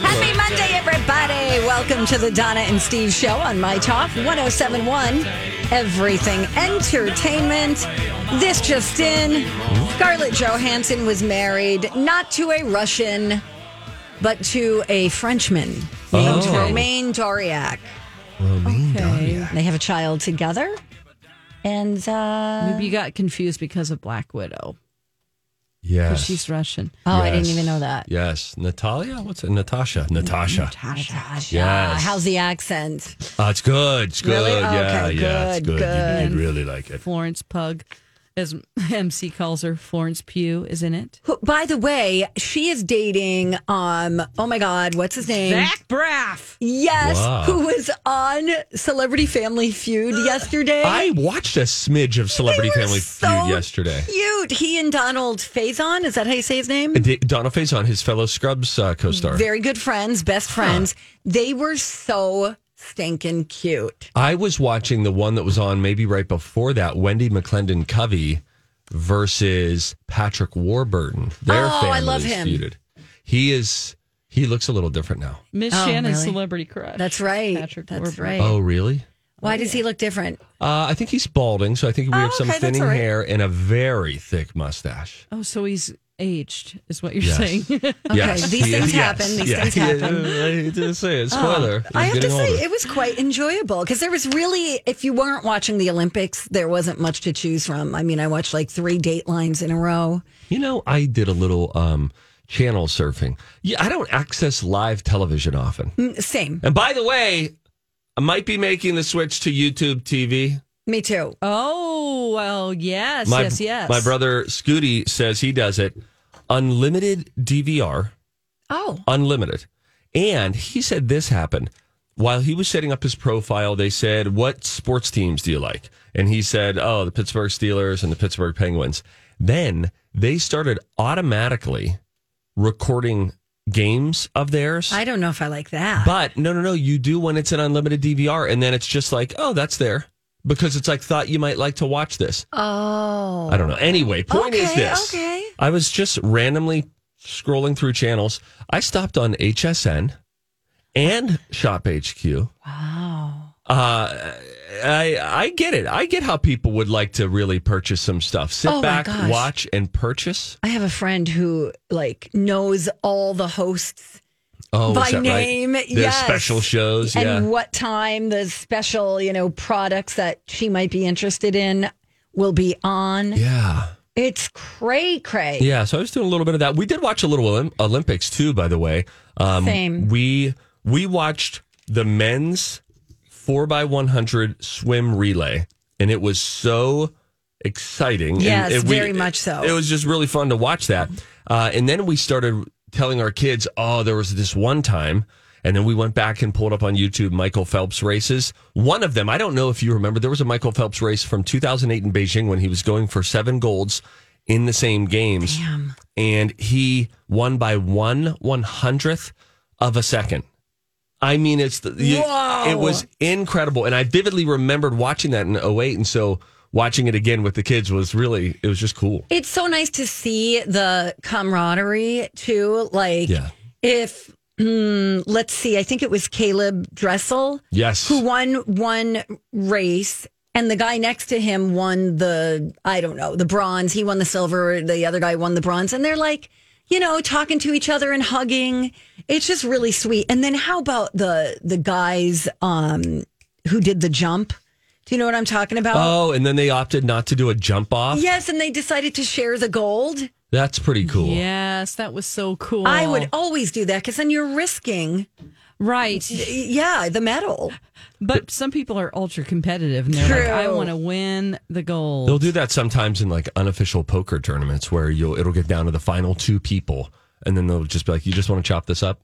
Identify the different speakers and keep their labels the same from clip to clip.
Speaker 1: Happy Monday, everybody. Welcome to the Donna and Steve show on My Talk 1071. Everything entertainment. This just in Scarlett Johansson was married not to a Russian, but to a Frenchman named Romain Doriac. They have a child together. And uh,
Speaker 2: Maybe you got confused because of Black Widow.
Speaker 3: Yes.
Speaker 2: She's Russian. Uh,
Speaker 1: oh, I didn't even know that.
Speaker 3: Yes. Natalia? What's it? Natasha. Natasha.
Speaker 1: Gosh, uh,
Speaker 3: Yes.
Speaker 1: how's the accent?
Speaker 3: Oh, it's good. It's good.
Speaker 1: Really?
Speaker 3: Yeah,
Speaker 1: Okay,
Speaker 3: yeah. It's
Speaker 1: good,
Speaker 3: good. You- You'd,
Speaker 2: good.
Speaker 3: really like it.
Speaker 2: Florence Pug, as MC calls her, Florence Pugh is in it.
Speaker 1: Who- By the way, she is dating um oh my god, what's his name?
Speaker 2: Zach Braff.
Speaker 1: Yes,
Speaker 3: Wow.
Speaker 1: who was on Celebrity Family Feud yesterday.
Speaker 3: I watched a smidge of Celebrity
Speaker 1: They were
Speaker 3: Family
Speaker 1: so
Speaker 3: Feud yesterday.
Speaker 1: Cute. He and Donald Faison, is that how you say his name?
Speaker 3: D- Donald Faison, his fellow Scrubs uh, co star.
Speaker 1: Very good friends, best friends. They were so stinking cute.
Speaker 3: I was watching the one that was on maybe right before that Wendy McClendon Covey versus Patrick Warburton. Their
Speaker 1: Oh, I
Speaker 3: families
Speaker 1: love him.
Speaker 3: feuded. He is, he looks a little different now.
Speaker 2: Miss
Speaker 1: Oh,
Speaker 2: Shannon's
Speaker 1: really?
Speaker 2: celebrity crush.
Speaker 1: That's right.
Speaker 2: Patrick
Speaker 1: That's
Speaker 2: Warburton.
Speaker 1: right.
Speaker 3: Oh, really?
Speaker 1: Why does he look different?
Speaker 3: Uh, I think he's balding, so I think we
Speaker 1: Oh,
Speaker 3: have some
Speaker 1: okay, that's
Speaker 3: thinning
Speaker 1: all right.
Speaker 3: hair and a very thick mustache.
Speaker 2: Oh, so he's aged, is what you're
Speaker 3: Yes.
Speaker 2: saying.
Speaker 3: Yes,
Speaker 1: these
Speaker 3: he
Speaker 1: things
Speaker 3: is-
Speaker 1: happen, these things
Speaker 3: He is-
Speaker 1: happen. Ah,
Speaker 3: I hate to say it. Spoiler. he's
Speaker 1: I have to
Speaker 3: getting
Speaker 1: say,
Speaker 3: older.
Speaker 1: it was quite enjoyable because there was really, if you weren't watching the Olympics, there wasn't much to choose from. I mean, I watched like three date lines in a row.
Speaker 3: you know, I did a little um, channel surfing. Yeah, I don't access live television often.
Speaker 1: Mm, Same.
Speaker 3: And by the way, I might be making the switch to YouTube TV.
Speaker 1: Me too.
Speaker 2: oh, well, yes,
Speaker 3: My,
Speaker 2: yes, yes.
Speaker 3: My brother Scooty says he does it. Unlimited DVR.
Speaker 1: Oh,
Speaker 3: unlimited. And he said this happened while he was setting up his profile. They said, "What sports teams do you like?" And he said, "Oh, the Pittsburgh Steelers and the Pittsburgh Penguins." Then they started automatically recording games of theirs.
Speaker 1: I don't know if I like that.
Speaker 3: but no, no, no, you do when it's an unlimited DVR, and then it's just like, "Oh, that's there." Because it's like thought you might like to watch this.
Speaker 1: oh,
Speaker 3: I don't know. Anyway, point is
Speaker 1: Okay,
Speaker 3: this.
Speaker 1: okay.
Speaker 3: I was just randomly scrolling through channels. I stopped on HSN and Shop HQ. Wow. Uh, I I get it. I get how people would like to really purchase some stuff. Sit
Speaker 1: Oh my
Speaker 3: back,
Speaker 1: gosh.
Speaker 3: watch, and purchase.
Speaker 1: I have a friend who like knows all the hosts
Speaker 3: Oh,
Speaker 1: by
Speaker 3: is that
Speaker 1: name.
Speaker 3: Right? Their
Speaker 1: yes.
Speaker 3: special shows.
Speaker 1: and
Speaker 3: yeah.
Speaker 1: what time the special, you know, products that she might be interested in will be on.
Speaker 3: yeah.
Speaker 1: It's cray cray.
Speaker 3: Yeah, so I was doing a little bit of that. We did watch a little Olymp- Olympics too, by the way. Um,
Speaker 1: Same.
Speaker 3: We we watched the men's four x one hundred swim relay, and it was so exciting. And
Speaker 1: Yes,
Speaker 3: it- we-
Speaker 1: very much so.
Speaker 3: It was just really fun to watch that. Uh, and then we started telling our kids, "Oh, there was this one time." And then we went back and pulled up on YouTube Michael Phelps races. One of them, I don't know if you remember, there was a Michael Phelps race from 2008 in Beijing when he was going for seven golds in the same games and he won by one one hundredth of a second. I mean, it's the, you-
Speaker 1: Whoa.
Speaker 3: it was incredible, and I vividly remembered watching that in 08, and so watching it again with the kids was really it was just cool.
Speaker 1: It's so nice to see the camaraderie too. Like,
Speaker 3: Yeah.
Speaker 1: if hmm, let's see, I think it was Caleb Dressel
Speaker 3: Yes,
Speaker 1: who won one race, and the guy next to him won the I don't know the bronze. He won the silver. The other guy won the bronze, and they're like, you know, talking to each other and hugging. It's just really sweet. And then how about the the guys um who did the jump? Do you know what I'm talking about?
Speaker 3: Oh, and then they opted not to do a jump off.
Speaker 1: Yes, and they decided to share the gold.
Speaker 3: That's pretty cool.
Speaker 2: Yes, that was so cool.
Speaker 1: I would always do that because then you're risking,
Speaker 2: right,
Speaker 1: yeah, the medal.
Speaker 2: but some people are ultra competitive and they're like,
Speaker 1: True.
Speaker 2: I want to win the gold.
Speaker 3: They'll do that sometimes in like unofficial poker tournaments where you'll it'll get down to the final two people, and then they'll just be like, "You just want to chop this up?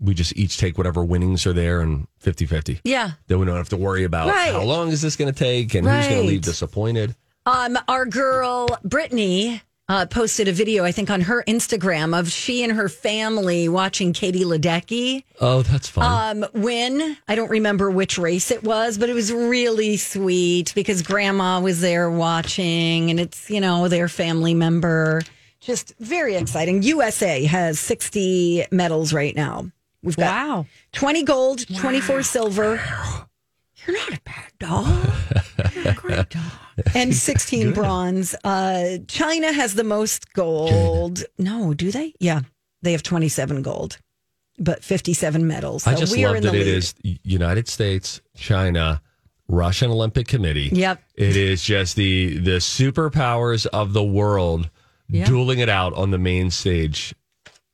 Speaker 3: We just each take whatever winnings are there and 50-50.
Speaker 1: Yeah.
Speaker 3: Then we don't have to worry about
Speaker 1: Right.
Speaker 3: how long is this going to take and who's going
Speaker 1: Right.
Speaker 3: to leave disappointed.
Speaker 1: Um, our girl Brittany uh, posted a video, I think, on her Instagram of she and her family watching Katie Ledecky
Speaker 3: Oh, that's fun.
Speaker 1: um, win. I don't remember which race it was, but it was really sweet because Grandma was there watching, and it's you know their family member. Just very exciting. USA has sixty medals right now. We've got
Speaker 2: Wow.
Speaker 1: 20 gold, 24 silver. You're not a bad dog.
Speaker 2: Great job.
Speaker 1: And 16 bronze. Uh, China has the most gold. No, do they? Yeah. They have 27 gold, but 57 medals.
Speaker 3: I
Speaker 1: So
Speaker 3: just
Speaker 1: we are
Speaker 3: love
Speaker 1: in
Speaker 3: that
Speaker 1: the
Speaker 3: it
Speaker 1: lead.
Speaker 3: is United States, China, Russian Olympic Committee.
Speaker 1: Yep.
Speaker 3: It is just the the superpowers of the world dueling it out on the main stage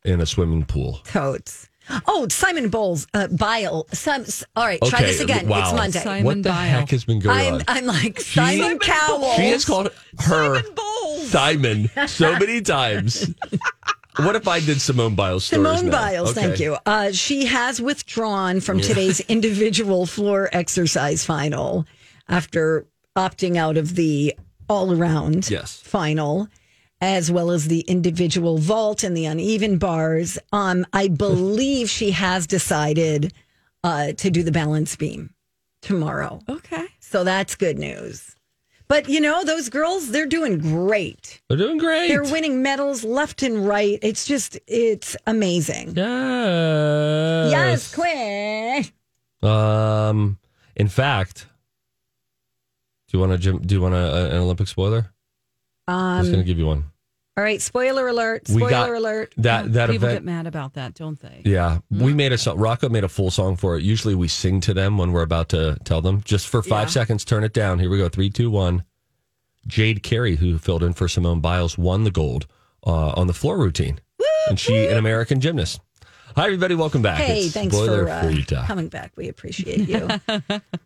Speaker 3: in a swimming pool.
Speaker 1: Totes. Oh, Simon Bowles, uh, Bile. Sim- s- all right, try
Speaker 3: Okay,
Speaker 1: this again.
Speaker 3: wow.
Speaker 1: It's Monday.
Speaker 2: Simon
Speaker 3: what the
Speaker 2: Biles.
Speaker 3: heck has been going
Speaker 1: I'm,
Speaker 3: on?
Speaker 1: I'm like,
Speaker 3: She-
Speaker 1: Simon Cowell.
Speaker 3: She has called her
Speaker 2: Simon Bowles.
Speaker 3: Simon so many times. what if I did Simone Biles stories?
Speaker 1: Simone
Speaker 3: now?
Speaker 1: Biles,
Speaker 3: Okay.
Speaker 1: thank you. Uh, she has withdrawn from today's individual floor exercise final after opting out of the all around
Speaker 3: Yes.
Speaker 1: final, as well as the individual vault and the uneven bars. Um, I believe she has decided uh, to do the balance beam tomorrow.
Speaker 2: Okay.
Speaker 1: So that's good news. But you know, those girls, they're doing great.
Speaker 3: They're doing great.
Speaker 1: They're winning medals left and right. It's just, it's amazing.
Speaker 3: yes.
Speaker 1: Yes, quick.
Speaker 3: Um, in fact, do you want to do you want a, an Olympic spoiler? I'm just
Speaker 1: Um,
Speaker 3: going to give you one.
Speaker 1: all right, spoiler alert,
Speaker 3: We got
Speaker 1: spoiler alert.
Speaker 3: That that
Speaker 2: people
Speaker 3: event.
Speaker 2: get mad about that, don't they?
Speaker 3: yeah,
Speaker 1: Mm-hmm.
Speaker 3: we made a song. Rocco made a full song for it. Usually we sing to them when we're about to tell them. Just for five seconds, turn it down. Here we go. Three, two, one. Jade Carey, who filled in for Simone Biles, won the gold uh, on the floor routine, and she an American gymnast. Hi everybody, welcome back.
Speaker 1: Hey,
Speaker 3: It's
Speaker 1: thanks
Speaker 3: Spoiler
Speaker 1: for uh,
Speaker 3: Free Talk.
Speaker 1: coming back. We appreciate you.
Speaker 3: Uh,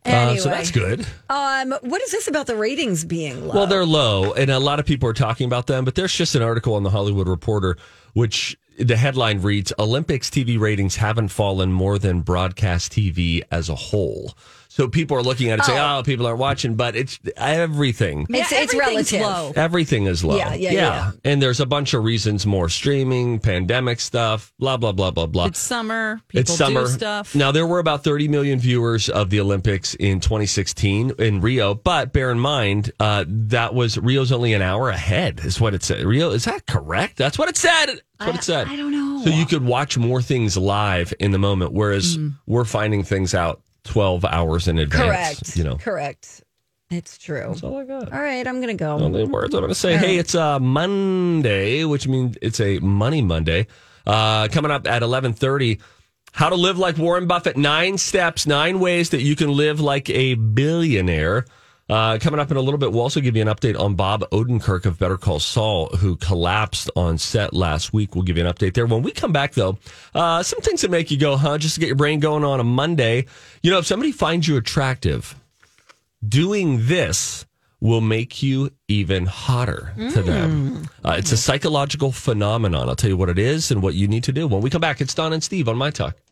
Speaker 1: anyway,
Speaker 3: so that's good.
Speaker 1: Um, what is this about the ratings being low?
Speaker 3: Well, they're low, and a lot of people are talking about them. But there's just an article on the Hollywood Reporter, which the headline reads: "Olympics TV ratings haven't fallen more than broadcast TV as a whole." So people are looking at it, saying, "Oh, people aren't watching," but it's everything.
Speaker 1: it's,
Speaker 2: Yeah,
Speaker 1: it's
Speaker 2: everything's
Speaker 1: relative.
Speaker 2: low.
Speaker 3: Everything is low.
Speaker 1: Yeah, yeah, yeah.
Speaker 3: And there's a bunch of reasons: more streaming, pandemic stuff, blah blah blah blah blah.
Speaker 2: It's summer. People
Speaker 3: it's summer
Speaker 2: do stuff.
Speaker 3: Now there were about 30 million viewers of the Olympics in 2016 in Rio, but bear in mind uh, that was Rio's only an hour ahead. Is what it said. Rio is that correct? That's what it said. That's what it said. I don't know. So you could watch more things live in the moment, whereas we're finding things out 12 hours in advance.
Speaker 1: Correct.
Speaker 3: You know.
Speaker 1: Correct. It's true.
Speaker 3: That's all I got. Oh.
Speaker 1: All right, I'm going to go.
Speaker 3: Only words I'm going to say. Hey, it's uh, Monday, which means it's a Money Monday. Uh, coming up at 11:30, how to live like Warren Buffett. Nine steps, nine ways that you can live like a billionaire. Uh, coming up in a little bit, we'll also give you an update on Bob Odenkirk of Better Call Saul, who collapsed on set last week. We'll give you an update there. When we come back, though, uh, some things that make you go, huh? Just to get your brain going on a Monday. You know, if somebody finds you attractive, doing this will make you even hotter to them. Uh, it's a psychological phenomenon. I'll tell you what it is and what you need to do. When we come back, it's Don and Steve on My Talk.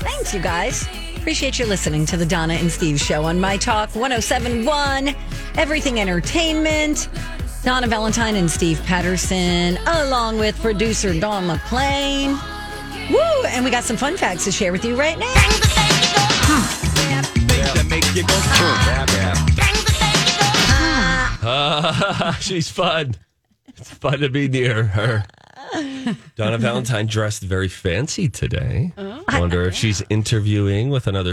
Speaker 1: Thanks, you guys. Appreciate you listening to the Donna and Steve show on My Talk 1071, Everything Entertainment. Donna Valentine and Steve Patterson, along with producer Dawn McClain. Woo! And we got some fun facts to share with you right now.
Speaker 3: She's fun. It's fun to be near her. Donna Valentine dressed very fancy today. I wonder if she's interviewing with another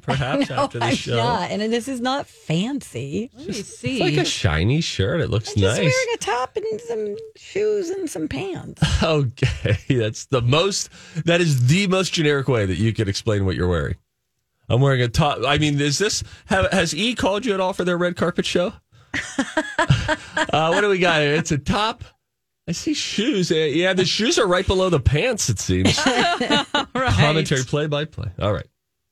Speaker 3: perhaps after the show.
Speaker 1: Yeah, Oh, and this is not fancy.
Speaker 2: Let me see.
Speaker 3: It's like a shiny shirt. It looks
Speaker 1: Just
Speaker 3: nice.
Speaker 1: wearing a top and some shoes and some pants.
Speaker 3: Okay, that's the most. That is the most generic way that you could explain what you're wearing. I'm wearing a top. I mean, is this have, has E called you at all for their red carpet show? uh, what do we got here? It's a top. I see shoes. Uh, yeah, the shoes are right below the pants. It seems.
Speaker 2: Right.
Speaker 3: Commentary, play by play. All right.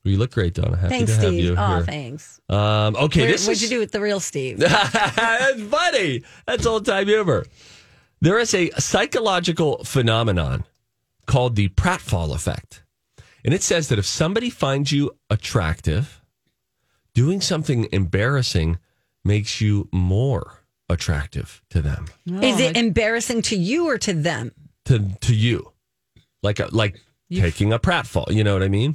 Speaker 3: Well, you look great, Donna. Happy
Speaker 1: Thanks,
Speaker 3: to have
Speaker 1: Steve.
Speaker 3: you
Speaker 1: Oh,
Speaker 3: here.
Speaker 1: thanks.
Speaker 3: Um, okay,
Speaker 1: Where-
Speaker 3: this
Speaker 1: what'd
Speaker 3: is-
Speaker 1: you do with the real Steve?
Speaker 3: That's funny. That's old time humor. There is a psychological phenomenon called the pratfall effect. And it says that if somebody finds you attractive, doing something embarrassing makes you more attractive to them,
Speaker 1: Is it embarrassing to you or to them?
Speaker 3: to, to you. Like, a, like taking a pratfall. You know what I mean?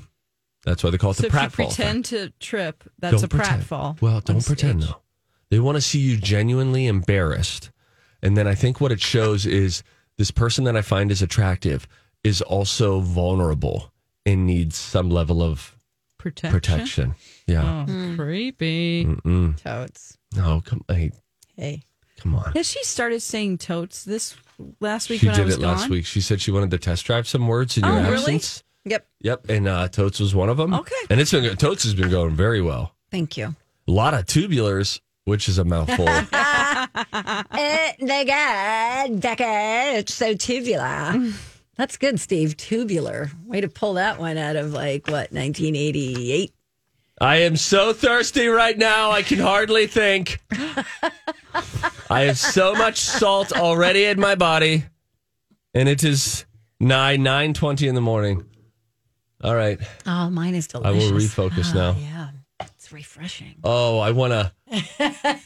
Speaker 3: That's why they call it
Speaker 2: So
Speaker 3: the
Speaker 2: if you
Speaker 3: pratfall. effect.
Speaker 2: pretend to trip, that's a
Speaker 3: pretend.
Speaker 2: pratfall.
Speaker 3: Well,
Speaker 2: on
Speaker 3: don't pretend
Speaker 2: stage.
Speaker 3: though. They want to see you genuinely embarrassed. And then I think what it shows is this person that I find is attractive is also vulnerable and needs some level of
Speaker 2: Protection.
Speaker 3: protection. Yeah. Hmm.
Speaker 2: Oh,
Speaker 1: Hmm.
Speaker 2: creepy. Totes.
Speaker 3: No, come hey,
Speaker 2: Oh. Hey.
Speaker 3: come on.
Speaker 2: Has she started saying totes this last week
Speaker 3: She
Speaker 2: when I
Speaker 3: did
Speaker 2: was
Speaker 3: it
Speaker 2: gone?
Speaker 3: last week. She said she wanted to test drive some words in your
Speaker 2: Oh, really?
Speaker 3: absence.
Speaker 1: Yep.
Speaker 3: Yep, and uh, Totes was one of them.
Speaker 2: Okay.
Speaker 3: and it's been Totes has been going very well.
Speaker 1: Thank you.
Speaker 3: A lot of tubulars, which is a mouthful.
Speaker 1: Eh, they got Becca. It's so tubular. That's good, Steve. Tubular. Way to pull that one out of like what 1988.
Speaker 3: I am so thirsty right now, I can hardly think. I have so much salt already in my body, and it is nine nine twenty in the morning. All right,
Speaker 1: Oh, mine is
Speaker 3: I
Speaker 1: delicious. Ah,
Speaker 3: will refocus now.
Speaker 1: Yeah, it's refreshing.
Speaker 3: Oh, I want to,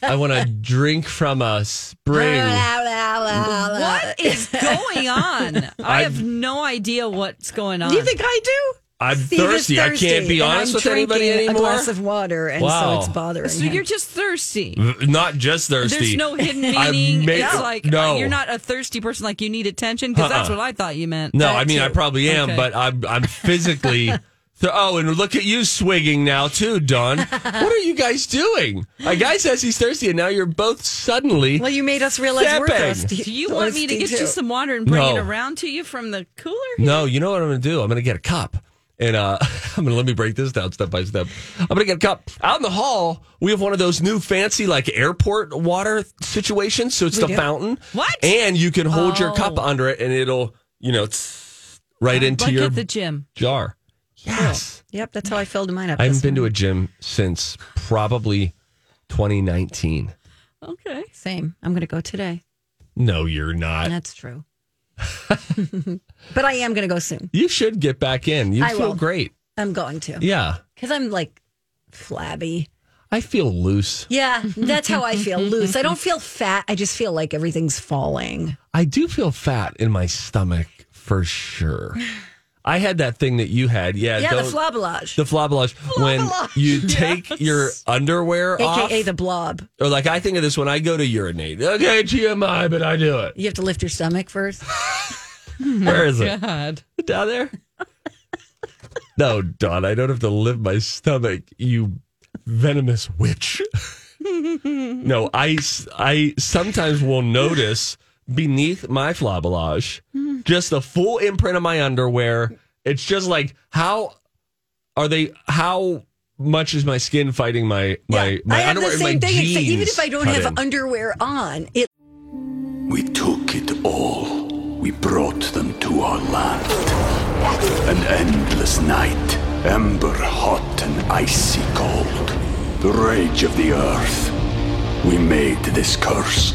Speaker 3: I want to drink from a spring.
Speaker 1: uh,
Speaker 2: What is going on? I have no idea what's going on.
Speaker 1: Do you think I do?
Speaker 3: I'm
Speaker 1: Steve is
Speaker 3: thirsty. I can't be
Speaker 1: and
Speaker 3: honest
Speaker 1: I'm
Speaker 3: with anybody
Speaker 1: drinking
Speaker 3: anymore.
Speaker 1: A glass of water, and
Speaker 3: Wow.
Speaker 1: so it's bothering
Speaker 2: so
Speaker 1: him.
Speaker 2: you're just thirsty.
Speaker 3: Not just thirsty.
Speaker 2: There's no hidden
Speaker 3: I
Speaker 2: meaning.
Speaker 3: make-
Speaker 2: it's like
Speaker 3: no.
Speaker 2: uh, you're not a thirsty person. Like you need attention because that's
Speaker 3: Uh-uh.
Speaker 2: what I thought you meant.
Speaker 3: No,
Speaker 2: That
Speaker 3: I mean I
Speaker 2: too.
Speaker 3: probably am,
Speaker 2: Okay.
Speaker 3: but I'm I'm physically. Th- oh, and look at you swigging now too, Don. what are you guys doing? A guy says he's thirsty, and now you're both suddenly.
Speaker 1: well, you made us realize we're
Speaker 3: Sipping.
Speaker 1: thirsty.
Speaker 2: do you want me to
Speaker 1: thirsty,
Speaker 2: get
Speaker 1: too.
Speaker 2: you some water and bring
Speaker 3: No.
Speaker 2: it around to you from the cooler?
Speaker 3: no, you know what I'm going to do? I'm going to get a cup, and uh, I'm going to let me break this down step by step. I'm going to get a cup out in the hall. We have one of those new fancy like airport water situations, so it's the fountain.
Speaker 2: What? Oh.
Speaker 3: And you can hold your cup under it, and it'll you know it's right into
Speaker 2: Bucket
Speaker 3: your
Speaker 2: the gym.
Speaker 3: jar. Yes.
Speaker 1: Yep, that's how I filled mine up.
Speaker 3: I haven't
Speaker 1: this
Speaker 3: been to a gym since probably 2019.
Speaker 2: Okay.
Speaker 1: Same. I'm going to go today.
Speaker 3: No, you're not.
Speaker 1: That's true. but I am going to go soon.
Speaker 3: You should get back in. You
Speaker 1: I
Speaker 3: feel
Speaker 1: will.
Speaker 3: great.
Speaker 1: I'm going to
Speaker 3: Yeah.
Speaker 1: because I'm like flabby.
Speaker 3: I feel loose.
Speaker 1: Yeah, that's how I feel loose. I don't feel fat. I just feel like everything's falling.
Speaker 3: I do feel fat in my stomach for sure. I had that thing that you had. Yeah.
Speaker 1: Yeah, the
Speaker 3: don't-
Speaker 1: flabellage,
Speaker 3: the flabellage. When you take your underwear off.
Speaker 1: aka the blob.
Speaker 3: or like I think of this when I go to urinate. Okay, TMI, but I do it.
Speaker 1: You have to lift your stomach first. Mm-hmm.
Speaker 3: Where is it?
Speaker 2: God.
Speaker 3: down there? no, Don, I don't have to lift my stomach, you venomous witch. no, I, s- I sometimes will notice beneath my flabellage just the full imprint of my underwear. It's just like, how are they, how much as my skin fighting my my my
Speaker 1: I have the
Speaker 3: underwear and my
Speaker 1: same thing.
Speaker 3: jeans.
Speaker 1: Except even if I don't
Speaker 3: cut
Speaker 1: have
Speaker 3: in.
Speaker 1: underwear on, it
Speaker 4: We took it all. We brought them to our land. An endless night, ember hot and icy cold. The rage of the earth. We made this curse.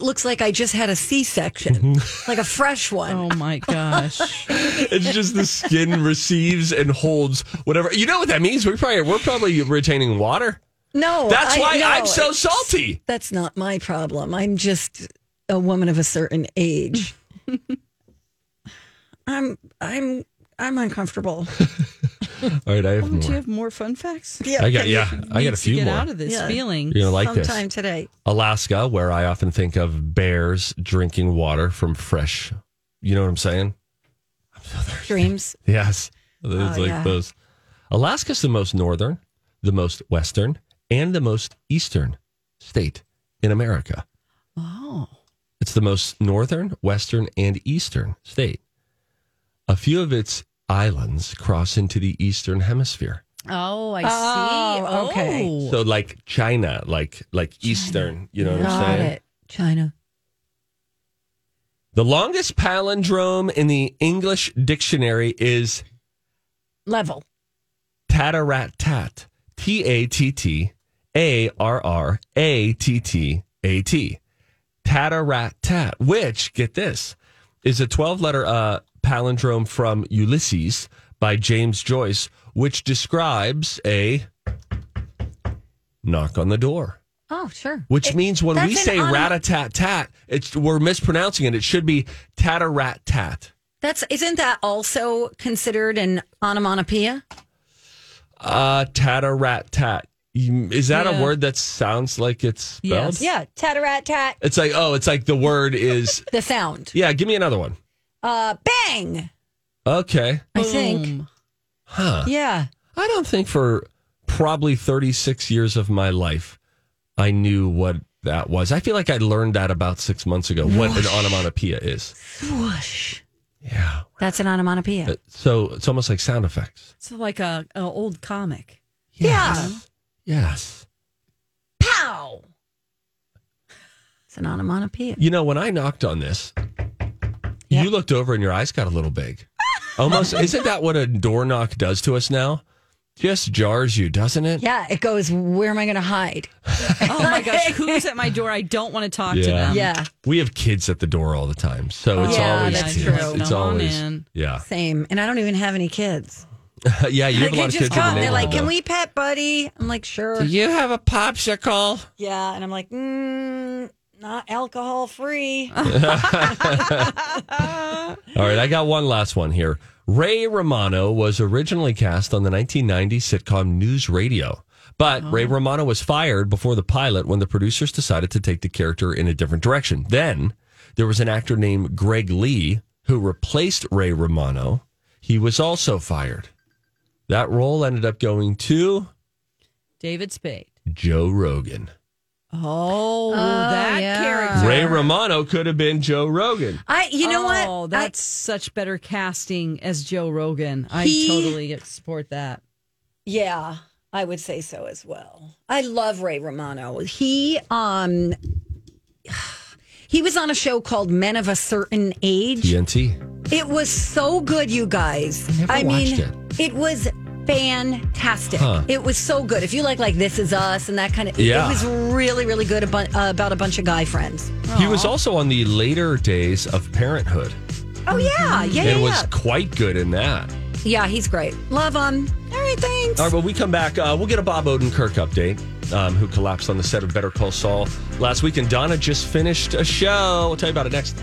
Speaker 1: looks like I just had a C-section, like a fresh one.
Speaker 2: Oh my gosh.
Speaker 3: It's just the skin receives and holds whatever. You know what that means? We probably we're probably retaining water.
Speaker 2: Oh,
Speaker 1: No,
Speaker 3: That's
Speaker 1: I-
Speaker 3: why
Speaker 1: no,
Speaker 3: I'm so
Speaker 1: it's-
Speaker 3: salty.
Speaker 1: That's not my problem. I'm just a woman of a certain age. I'm I'm I'm uncomfortable.
Speaker 3: All right, I have
Speaker 2: Don't you
Speaker 3: more.
Speaker 2: have more fun facts?
Speaker 3: I got yeah, I got a
Speaker 2: Needs to
Speaker 3: few
Speaker 2: get
Speaker 3: more.
Speaker 2: out of this
Speaker 1: Yeah.
Speaker 2: feeling.
Speaker 3: You're gonna like this.
Speaker 1: sometime today.
Speaker 3: Alaska, where I often think of bears drinking water from fresh. You know what I'm saying?
Speaker 1: Dreams.
Speaker 3: Yes. It's
Speaker 2: Oh,
Speaker 3: like
Speaker 1: yeah.
Speaker 3: those. Alaska's the most northern, the most western, and the most eastern state in America.
Speaker 2: Oh.
Speaker 3: It's the most northern, western, and eastern state. A few of its islands cross into the eastern hemisphere.
Speaker 2: Oh, I
Speaker 1: Oh,
Speaker 2: see.
Speaker 1: okay.
Speaker 2: Oh.
Speaker 3: So like China, like like eastern, you know what I'm
Speaker 1: Got
Speaker 3: saying?
Speaker 1: it. China.
Speaker 3: The longest palindrome in the English dictionary is
Speaker 1: Level.
Speaker 3: Tatarat tat. T A T T A R R A T T A T. Tatarat tat, which, get this, is a 12 letter uh, palindrome from Ulysses by James Joyce, which describes a knock on the door.
Speaker 1: Oh, sure.
Speaker 3: Which means when we
Speaker 1: that's an
Speaker 3: say
Speaker 1: autom-
Speaker 3: rat a tat tat, it's we're mispronouncing it. It should be tatarat tat.
Speaker 1: That's isn't that also considered an onomatopoeia?
Speaker 3: Uh, tatarat tat. You- Is that
Speaker 2: Yeah.
Speaker 3: a word that sounds like it's spelled?
Speaker 2: Yes. Yeah,
Speaker 1: Tatarat tat.
Speaker 3: It's like, oh, it's like the word is,
Speaker 1: The sound.
Speaker 3: yeah, give me another one.
Speaker 1: Uh bang.
Speaker 3: Okay.
Speaker 1: I think.
Speaker 2: Boom.
Speaker 3: Huh.
Speaker 1: Yeah.
Speaker 3: I don't think for probably 36 years of my life, I knew what that was. I feel like I learned that about six months ago, what an onomatopoeia is.
Speaker 1: Whoosh.
Speaker 3: Yeah.
Speaker 1: That's an onomatopoeia.
Speaker 3: Uh, So it's almost like sound effects.
Speaker 2: It's like a, a old comic.
Speaker 3: Yes. Yes.
Speaker 1: Pow. It's an onomatopoeia.
Speaker 3: You know, when I knocked on this, you looked over and your eyes got a little big. Almost, isn't that what a door knock does to us now? Just jars you, doesn't it?
Speaker 1: Yeah, it goes, where am I going to hide?
Speaker 2: Oh my gosh, who's at my door? I don't want to talk to
Speaker 3: Yeah.
Speaker 2: them.
Speaker 1: Yeah,
Speaker 3: we have kids at the door all the time, so it's
Speaker 1: Yeah,
Speaker 3: always
Speaker 1: that's
Speaker 3: kids.
Speaker 1: true.
Speaker 3: It's
Speaker 2: Come on
Speaker 3: always
Speaker 2: in.
Speaker 3: yeah,
Speaker 1: same. And I don't even have any kids.
Speaker 3: yeah. You have a
Speaker 1: Like,
Speaker 3: lot
Speaker 1: I
Speaker 3: of
Speaker 1: just
Speaker 3: kids. in the
Speaker 1: come. They're like,
Speaker 3: neighborhood,
Speaker 1: can we pet buddy? I'm like, sure.
Speaker 3: though. Do you have a popsicle?
Speaker 1: yeah. And I'm like, mm, not alcohol free.
Speaker 3: All right, I got one last one here. Ray Romano was originally cast on the 1990 sitcom News Radio, but Ray Romano was fired before the pilot when the producers decided to take the character in a different direction. Then there was an actor named Greg Lee who replaced Ray Romano. He was also fired. That role ended up going to
Speaker 2: David Spade.
Speaker 3: Joe Rogan.
Speaker 2: Oh, that character.
Speaker 3: Ray Romano could have been Joe Rogan.
Speaker 1: I, you know
Speaker 2: Oh,
Speaker 1: what?
Speaker 2: that's such better casting as Joe Rogan. I
Speaker 1: He-
Speaker 2: totally support that.
Speaker 1: Yeah, I would say so as well. I love Ray Romano. He um he was on a show called Men of a Certain Age.
Speaker 3: TNT.
Speaker 1: It was so good, you guys.
Speaker 3: never
Speaker 1: I mean,
Speaker 3: watched
Speaker 1: it. was fantastic.
Speaker 3: Huh.
Speaker 1: It was so good. If you like like This Is Us and that kind of
Speaker 3: Yeah.
Speaker 1: it was really really good abu- uh, about a bunch of guy friends.
Speaker 3: He was also on the later days of Parenthood
Speaker 1: Oh yeah. Yeah, yeah,
Speaker 3: Mm-hmm. and was
Speaker 1: yeah.
Speaker 3: quite good in that.
Speaker 1: Yeah, he's great. Love him. All right, Okay, thanks.
Speaker 3: All right, when we come back, uh, we'll get a Bob Odenkirk update, um, who collapsed on the set of Better Call Saul last week. And Donna just finished a show. We'll tell you about it next.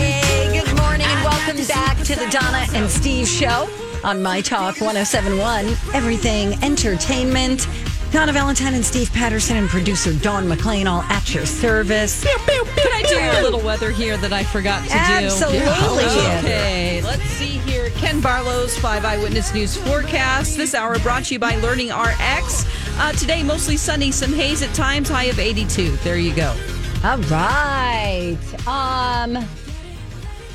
Speaker 1: Hey, good morning and welcome back to the Donna and Steve show on My Talk 1071, Everything Entertainment. Donna Valentine and Steve Patterson and producer Dawn McLean all at your service.
Speaker 2: Can I do a little weather here that I forgot to
Speaker 1: Absolutely.
Speaker 2: do? Okay, let's see here. Ken Barlow's Five Eyewitness News forecast. This hour brought to you by Learning RX. Uh, today, mostly sunny, some haze at times, high of 82. There you go.
Speaker 1: All right. Um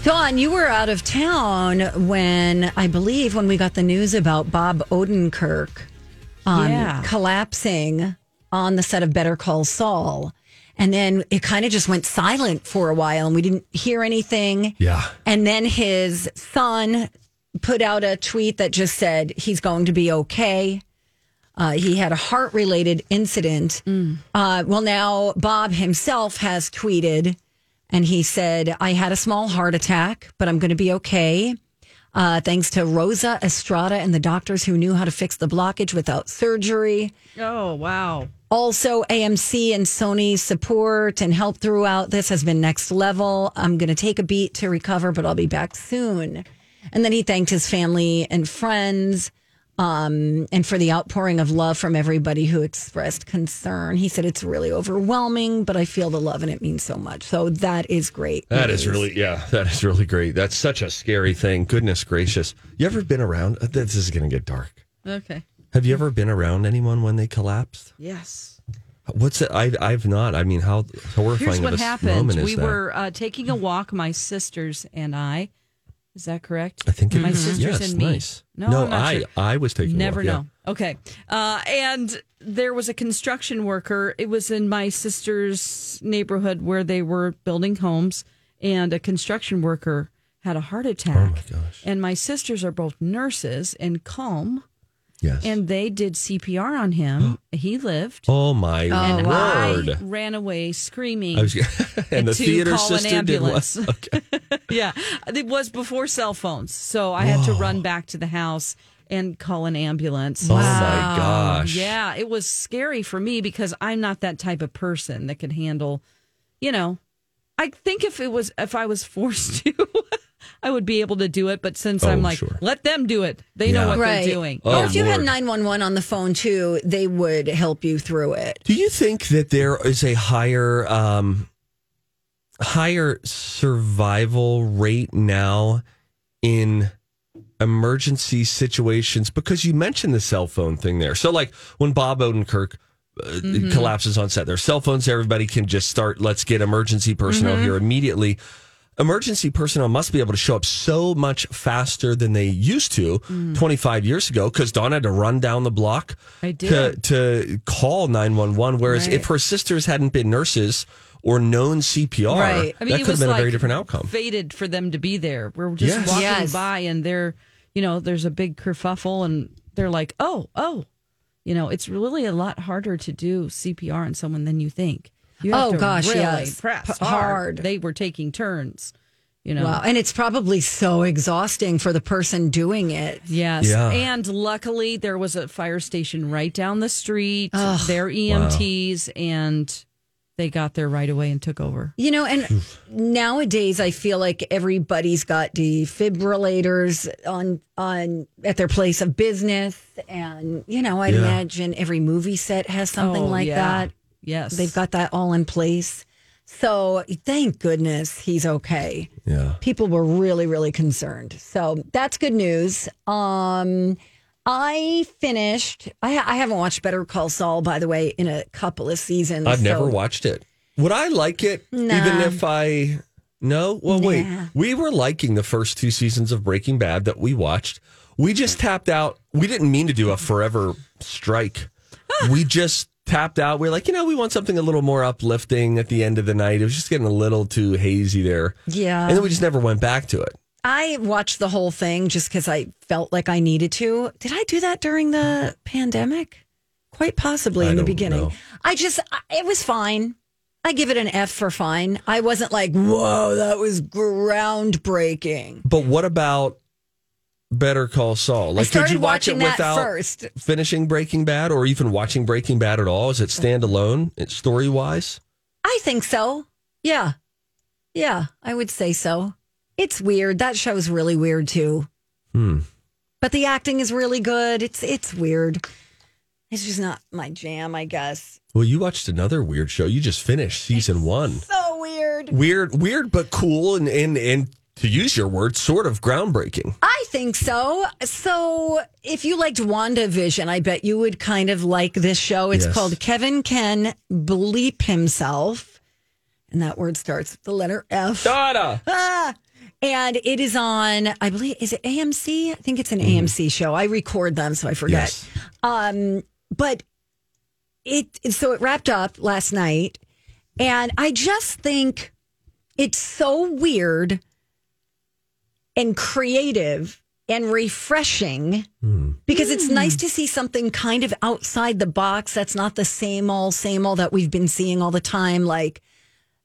Speaker 1: Dawn, you were out of town when I believe when we got the news about Bob Odenkirk um,
Speaker 2: Yeah.
Speaker 1: collapsing on the set of Better Call Saul. And then it kind of just went silent for a while and we didn't hear anything.
Speaker 3: Yeah.
Speaker 1: And then his son put out a tweet that just said he's going to be okay. Uh, he had a heart related incident. Uh, well, now Bob himself has tweeted and he said, I had a small heart attack, but I'm going to be okay. Uh, thanks to Rosa Estrada and the doctors who knew how to fix the blockage without surgery.
Speaker 2: Oh, wow.
Speaker 1: Also, AMC and Sony's support and help throughout this has been next level. I'm going to take a beat to recover, but I'll be back soon. And then he thanked his family and friends um, and for the outpouring of love from everybody who expressed concern. He said, It's really overwhelming, but I feel the love and it means so much. So that is great.
Speaker 3: That is really, yeah, that is really great. That's such a scary thing. Goodness gracious. You ever been around? uh, This is going to get dark.
Speaker 2: Okay.
Speaker 3: Have you ever been around anyone when they collapsed?
Speaker 2: Yes.
Speaker 3: What's it? I, I've not. I mean, how horrifying
Speaker 2: Here's
Speaker 3: of
Speaker 2: what
Speaker 3: a moment
Speaker 2: happened.
Speaker 3: is
Speaker 2: We
Speaker 3: that?
Speaker 2: were uh, taking a walk, my sisters and I. Is that correct?
Speaker 3: I think it
Speaker 2: my
Speaker 3: was-
Speaker 2: sisters
Speaker 3: yes,
Speaker 2: and me.
Speaker 3: nice.
Speaker 2: No,
Speaker 3: No,
Speaker 2: I'm not
Speaker 3: I-
Speaker 2: sure.
Speaker 3: I was taking a
Speaker 2: Never
Speaker 3: walk, yeah.
Speaker 2: know. Okay, uh, and there was a construction worker. It was in my sister's neighborhood where they were building homes, and a construction worker had a heart attack. Oh my
Speaker 3: gosh.
Speaker 2: And my sisters are both nurses and calm,
Speaker 3: yes.
Speaker 2: and they did CPR on him. he lived.
Speaker 3: oh my
Speaker 2: and
Speaker 3: word.
Speaker 2: I ran away screaming.
Speaker 3: I was, and the
Speaker 2: to
Speaker 3: theater
Speaker 2: call an
Speaker 3: sister did what?
Speaker 2: ambulance. yeah, it was before cell phones, so I had to run back to the house and call an ambulance.
Speaker 3: Oh my gosh.
Speaker 2: Yeah, it was scary for me because I'm not that type of person that could handle, you know. I think if it was if I was forced to, I would be able to do it. But since I'm
Speaker 3: Oh,
Speaker 2: like,
Speaker 3: sure.
Speaker 2: let them do it. They know
Speaker 3: Yeah.
Speaker 2: what
Speaker 1: Right.
Speaker 2: they're doing.
Speaker 3: Oh,
Speaker 1: or if you had
Speaker 3: Lord.
Speaker 1: 911 on the phone too, they would help you through it.
Speaker 3: Do you think that there is a higher um higher survival rate now in emergency situations because you mentioned the cell phone thing there. So like when Bob Odenkirk uh,
Speaker 2: Mm-hmm.
Speaker 3: collapses on set, their cell phones everybody can just start let's get emergency personnel
Speaker 2: Mm-hmm.
Speaker 3: here immediately. Emergency personnel must be able to show up so much faster than they used to 25 years ago because Dawn had to run down the block
Speaker 2: Mm. I
Speaker 3: to,
Speaker 2: did.
Speaker 3: to call 911. Whereas
Speaker 1: Right.
Speaker 3: if her sisters hadn't been nurses or known CPR,
Speaker 1: Right.
Speaker 2: I mean,
Speaker 3: that
Speaker 2: it
Speaker 3: could have
Speaker 2: was
Speaker 3: been
Speaker 2: like
Speaker 3: a very different outcome.
Speaker 2: Fated for them to be there. We're just
Speaker 3: Yes.
Speaker 2: walking
Speaker 1: Yes.
Speaker 2: by, and they're, you know, there's a big kerfuffle, and they're like, "Oh, oh," you know, it's really a lot harder to do CPR on someone than you think. You have
Speaker 1: Oh,
Speaker 2: to
Speaker 1: gosh,
Speaker 2: really
Speaker 1: yes.
Speaker 2: press
Speaker 1: P- hard.
Speaker 2: hard. They were taking turns, you know.
Speaker 1: Wow. And it's probably so exhausting for the person doing it.
Speaker 2: Yes.
Speaker 3: Yeah.
Speaker 2: And luckily, there was a fire station right down the street. They're EMTs, and they got there right away and took over.
Speaker 1: You know, and nowadays I feel like everybody's got defibrillators on on at their place of business, and you know, I would
Speaker 3: Yeah.
Speaker 1: imagine every movie set has something
Speaker 2: Oh,
Speaker 1: like
Speaker 2: yeah.
Speaker 1: that.
Speaker 2: Yes.
Speaker 1: They've got that all in place. So thank goodness he's okay.
Speaker 3: Yeah.
Speaker 1: People were really, really concerned. So that's good news. Um, I finished. I, I haven't watched Better Call Saul, by the way, in a couple of seasons.
Speaker 3: I've never
Speaker 1: so-
Speaker 3: watched it. Would I like it even if I no? Well, wait. We were liking the first two seasons of Breaking Bad that we watched. We just tapped out. We didn't mean to do a forever strike we just tapped out. We are like, you know, we want something a little more uplifting at the end of the night. It was just getting a little too hazy there.
Speaker 1: Yeah.
Speaker 3: And then we just never went back to it.
Speaker 1: I watched the whole thing just because I felt like I needed to. Did I do that during the pandemic? Quite possibly in the
Speaker 3: don't
Speaker 1: beginning.
Speaker 3: know.
Speaker 1: I just, I- it was fine. I give it an F for fine. I wasn't like, whoa, that was groundbreaking.
Speaker 3: But what about Better Call Saul? Like, did
Speaker 1: started
Speaker 3: you watch it
Speaker 1: watching that
Speaker 3: without
Speaker 1: first.
Speaker 3: finishing Breaking Bad or even watching Breaking Bad at all? Is it standalone story wise?
Speaker 1: I think so. Yeah. Yeah, I would say so. It's weird. That show's really weird too.
Speaker 3: Hmm.
Speaker 1: But the acting is really good. It's it's weird. It's just not my jam, I guess.
Speaker 3: Well, you watched another weird show. You just finished season one.
Speaker 1: So weird.
Speaker 3: Weird, weird, but cool, and and and to use your word, sort of groundbreaking.
Speaker 1: I think so. So, if you liked WandaVision, I bet you would kind of like this show. It's
Speaker 3: Yes.
Speaker 1: called Kevin Can Bleep Himself. And that word starts with the letter F.
Speaker 3: Dada.
Speaker 1: Ah! And it is on, I believe, is it AMC? I think it's an AMC show. I record them, so I forget.
Speaker 3: Mm-hmm. Yes.
Speaker 1: Um, but it so it wrapped up last night, and I just think it's so weird and creative and refreshing because it's nice to see something kind of outside the box that's not the same old same old that we've been seeing all the time like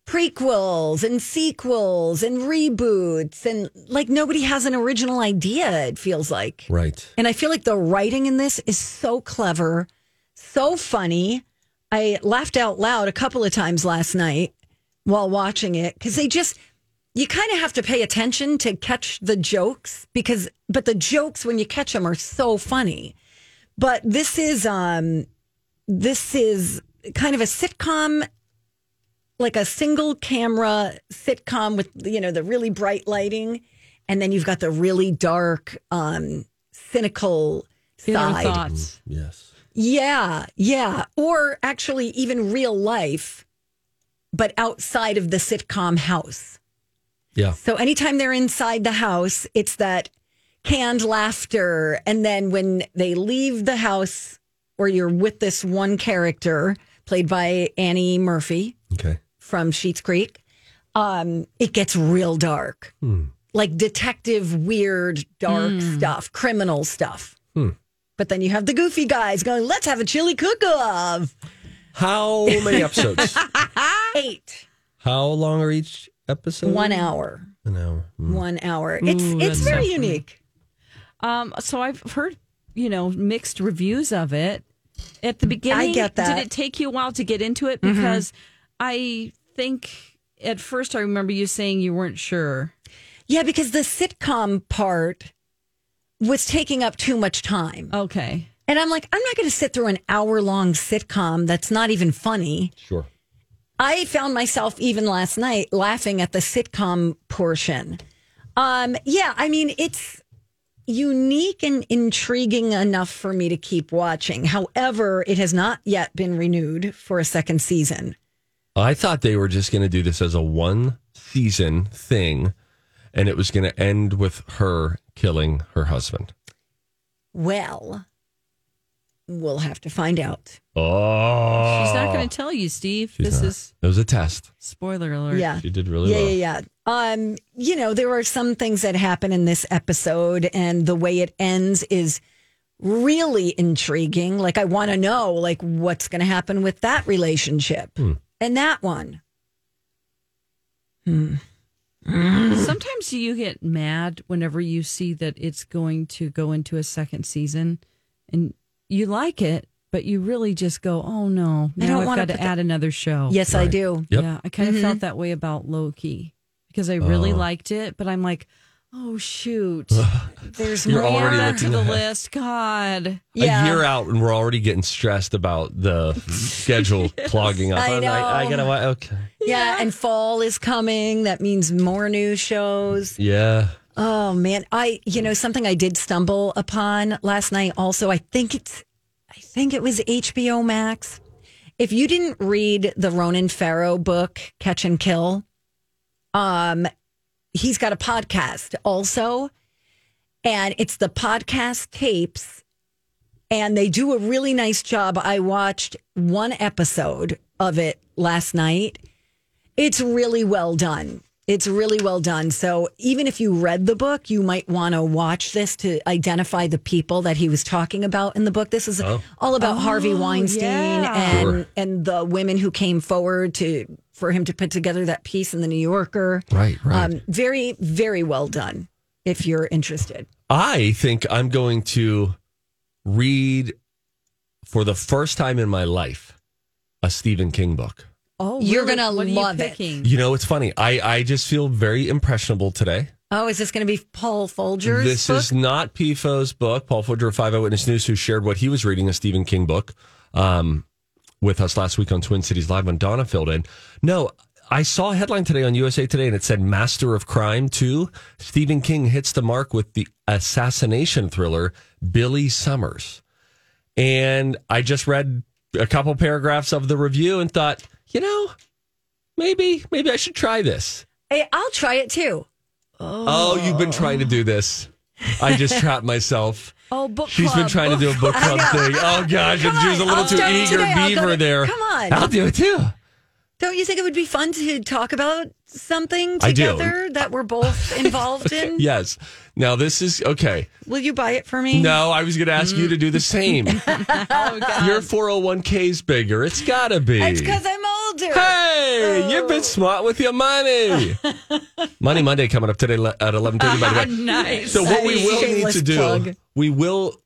Speaker 1: prequels and sequels and reboots and like nobody has an original idea it feels like
Speaker 3: Right.
Speaker 1: and I feel like the writing in this is so clever, so funny. I laughed out loud a couple of times last night while watching it because they just, you kind of have to pay attention to catch the jokes because, but the jokes when you catch them are so funny. But this is, um, this is kind of a sitcom, like a single camera sitcom with, you know, the really bright lighting. And then you've got the really dark, um, cynical
Speaker 2: Inner
Speaker 1: side.
Speaker 2: thoughts.
Speaker 3: Yes.
Speaker 1: Yeah, yeah. Or actually, even real life, but outside of the sitcom house.
Speaker 3: Yeah.
Speaker 1: So anytime they're inside the house, it's that canned laughter. And then when they leave the house, or you're with this one character played by Annie Murphy
Speaker 3: Okay.
Speaker 1: from Sheets Creek, um, it gets real dark. Like detective, weird, dark
Speaker 2: Hmm.
Speaker 1: stuff, criminal stuff. But then you have the goofy guys going, let's have a chili cook off.
Speaker 3: How many episodes?
Speaker 1: Eight.
Speaker 3: How long are each episode?
Speaker 1: One e- hour.
Speaker 3: An hour. Hmm.
Speaker 1: One hour. It's
Speaker 2: Hmm. Ooh,
Speaker 1: it's
Speaker 2: that's
Speaker 1: very
Speaker 2: tough.
Speaker 1: unique.
Speaker 2: Um, so I've heard, you know, mixed reviews of it. At the beginning,
Speaker 1: get that. Mm-hmm.
Speaker 2: did it take you a while to get into it? Because I think at first I remember you saying you weren't sure.
Speaker 1: Yeah, because the sitcom part was taking up too much time.
Speaker 2: Okay.
Speaker 1: And I'm like, I'm not gonna sit through an hour long sitcom that's not even funny.
Speaker 3: Sure.
Speaker 1: I found myself even last night laughing at the sitcom portion. Um, yeah, I mean, it's unique and intriguing enough for me to keep watching. However, it has not yet been renewed for a second season.
Speaker 3: I thought they were just going to do this as a one season thing, and it was going to end with her killing her husband.
Speaker 1: Well, we'll have to find out.
Speaker 3: Oh,
Speaker 2: She's not going to tell you, Steve.
Speaker 3: She's
Speaker 2: this
Speaker 3: not.
Speaker 2: is
Speaker 3: It was a test.
Speaker 2: spoiler alert.
Speaker 1: Yeah.
Speaker 3: She did really
Speaker 1: Yeah,
Speaker 3: well.
Speaker 1: yeah, yeah. Um, you know, there are some things that happen in this episode, and the way it ends is really intriguing. Like, I want to know, like, what's going to happen with that relationship
Speaker 3: Hmm.
Speaker 1: and that one.
Speaker 2: Sometimes you get mad whenever you see that it's going to go into a second season and you like it, but you really just go, oh no, now I
Speaker 1: don't
Speaker 2: have
Speaker 1: wanna
Speaker 2: got
Speaker 1: put
Speaker 2: to
Speaker 1: the-
Speaker 2: add another
Speaker 3: Oh,
Speaker 2: show.
Speaker 1: Yes, I do.
Speaker 3: Yep.
Speaker 2: Yeah. I kind of
Speaker 1: Mm-hmm.
Speaker 2: felt that way about Loki because I really
Speaker 3: Oh.
Speaker 2: liked it, but I'm like, oh shoot.
Speaker 1: There's
Speaker 3: You're
Speaker 1: more.
Speaker 3: already
Speaker 2: Add
Speaker 3: looking
Speaker 2: to the
Speaker 3: ahead.
Speaker 2: list. God.
Speaker 1: Yeah.
Speaker 3: A year out, and we're already getting stressed about the schedule clogging up.
Speaker 1: I
Speaker 3: I'm like, I gotta wa Okay.
Speaker 1: yeah, and fall is coming. That means more new shows.
Speaker 3: Yeah.
Speaker 1: Oh man, I you know something I did stumble upon last night. Also, I think it's I think it was HBO Max. If you didn't read the Ronan Farrow book Catch and Kill, um, he's got a podcast also, and it's the podcast tapes and they do a really nice job. I watched one episode of it last night. It's really well done. It's really well done. So even if you read the book, you might want to watch this to identify the people that he was talking about in the book. This is all about Harvey Weinstein
Speaker 2: yeah.
Speaker 1: and
Speaker 3: Sure.
Speaker 1: and the women who came forward to for him to put together that piece in the New Yorker.
Speaker 3: Right, right.
Speaker 1: Um, very, very well done. If you're interested,
Speaker 3: I think I'm going to read for the first time in my life a Stephen King book.
Speaker 2: Oh,
Speaker 1: You're
Speaker 2: really?
Speaker 1: gonna
Speaker 2: What are you
Speaker 1: love it.
Speaker 2: picking?
Speaker 3: You know, it's funny. I, I just feel very impressionable today.
Speaker 1: oh, is this going to be Paul Folger's
Speaker 3: this
Speaker 1: book?
Speaker 3: is not PFO's book. Paul Folger of Five Eyewitness News, who shared what he was reading, a Stephen King book, um, with us last week on Twin Cities Live when Donna filled in. No, I saw a headline today on USA Today, and it said "Master of Crime 2." Stephen King hits the mark with the assassination thriller Billy Summers, and I just read a couple paragraphs of the review and thought, you know, maybe maybe I should try this.
Speaker 1: Hey, I'll try it too.
Speaker 3: Oh, you've been trying to do this. I just trapped myself.
Speaker 2: Oh, book
Speaker 3: She's been
Speaker 2: club.
Speaker 3: trying to do a book club thing. Oh gosh,
Speaker 1: Come
Speaker 3: she was a
Speaker 1: on,
Speaker 3: little
Speaker 1: I'll
Speaker 3: too
Speaker 1: start it
Speaker 3: eager
Speaker 1: today. I'll go
Speaker 3: beaver
Speaker 1: to-
Speaker 3: there.
Speaker 1: come on.
Speaker 3: I'll do it too.
Speaker 1: Don't you think it would be fun to talk about something
Speaker 3: I do.
Speaker 1: together that we're both involved in?
Speaker 3: Yes. Now this is okay.
Speaker 1: Will you buy it for me?
Speaker 3: No, I was going to ask you to do the same. Your 401k's bigger. It's got to be.
Speaker 1: Oh, It's Oh. because I'm older.
Speaker 3: Hey, you've been smart with your money. money Monday coming up today le- at 11:30 by the way.
Speaker 2: nice.
Speaker 3: So what we
Speaker 1: Nice.
Speaker 3: will need
Speaker 1: Shameless
Speaker 3: to do,
Speaker 1: plug.
Speaker 3: we will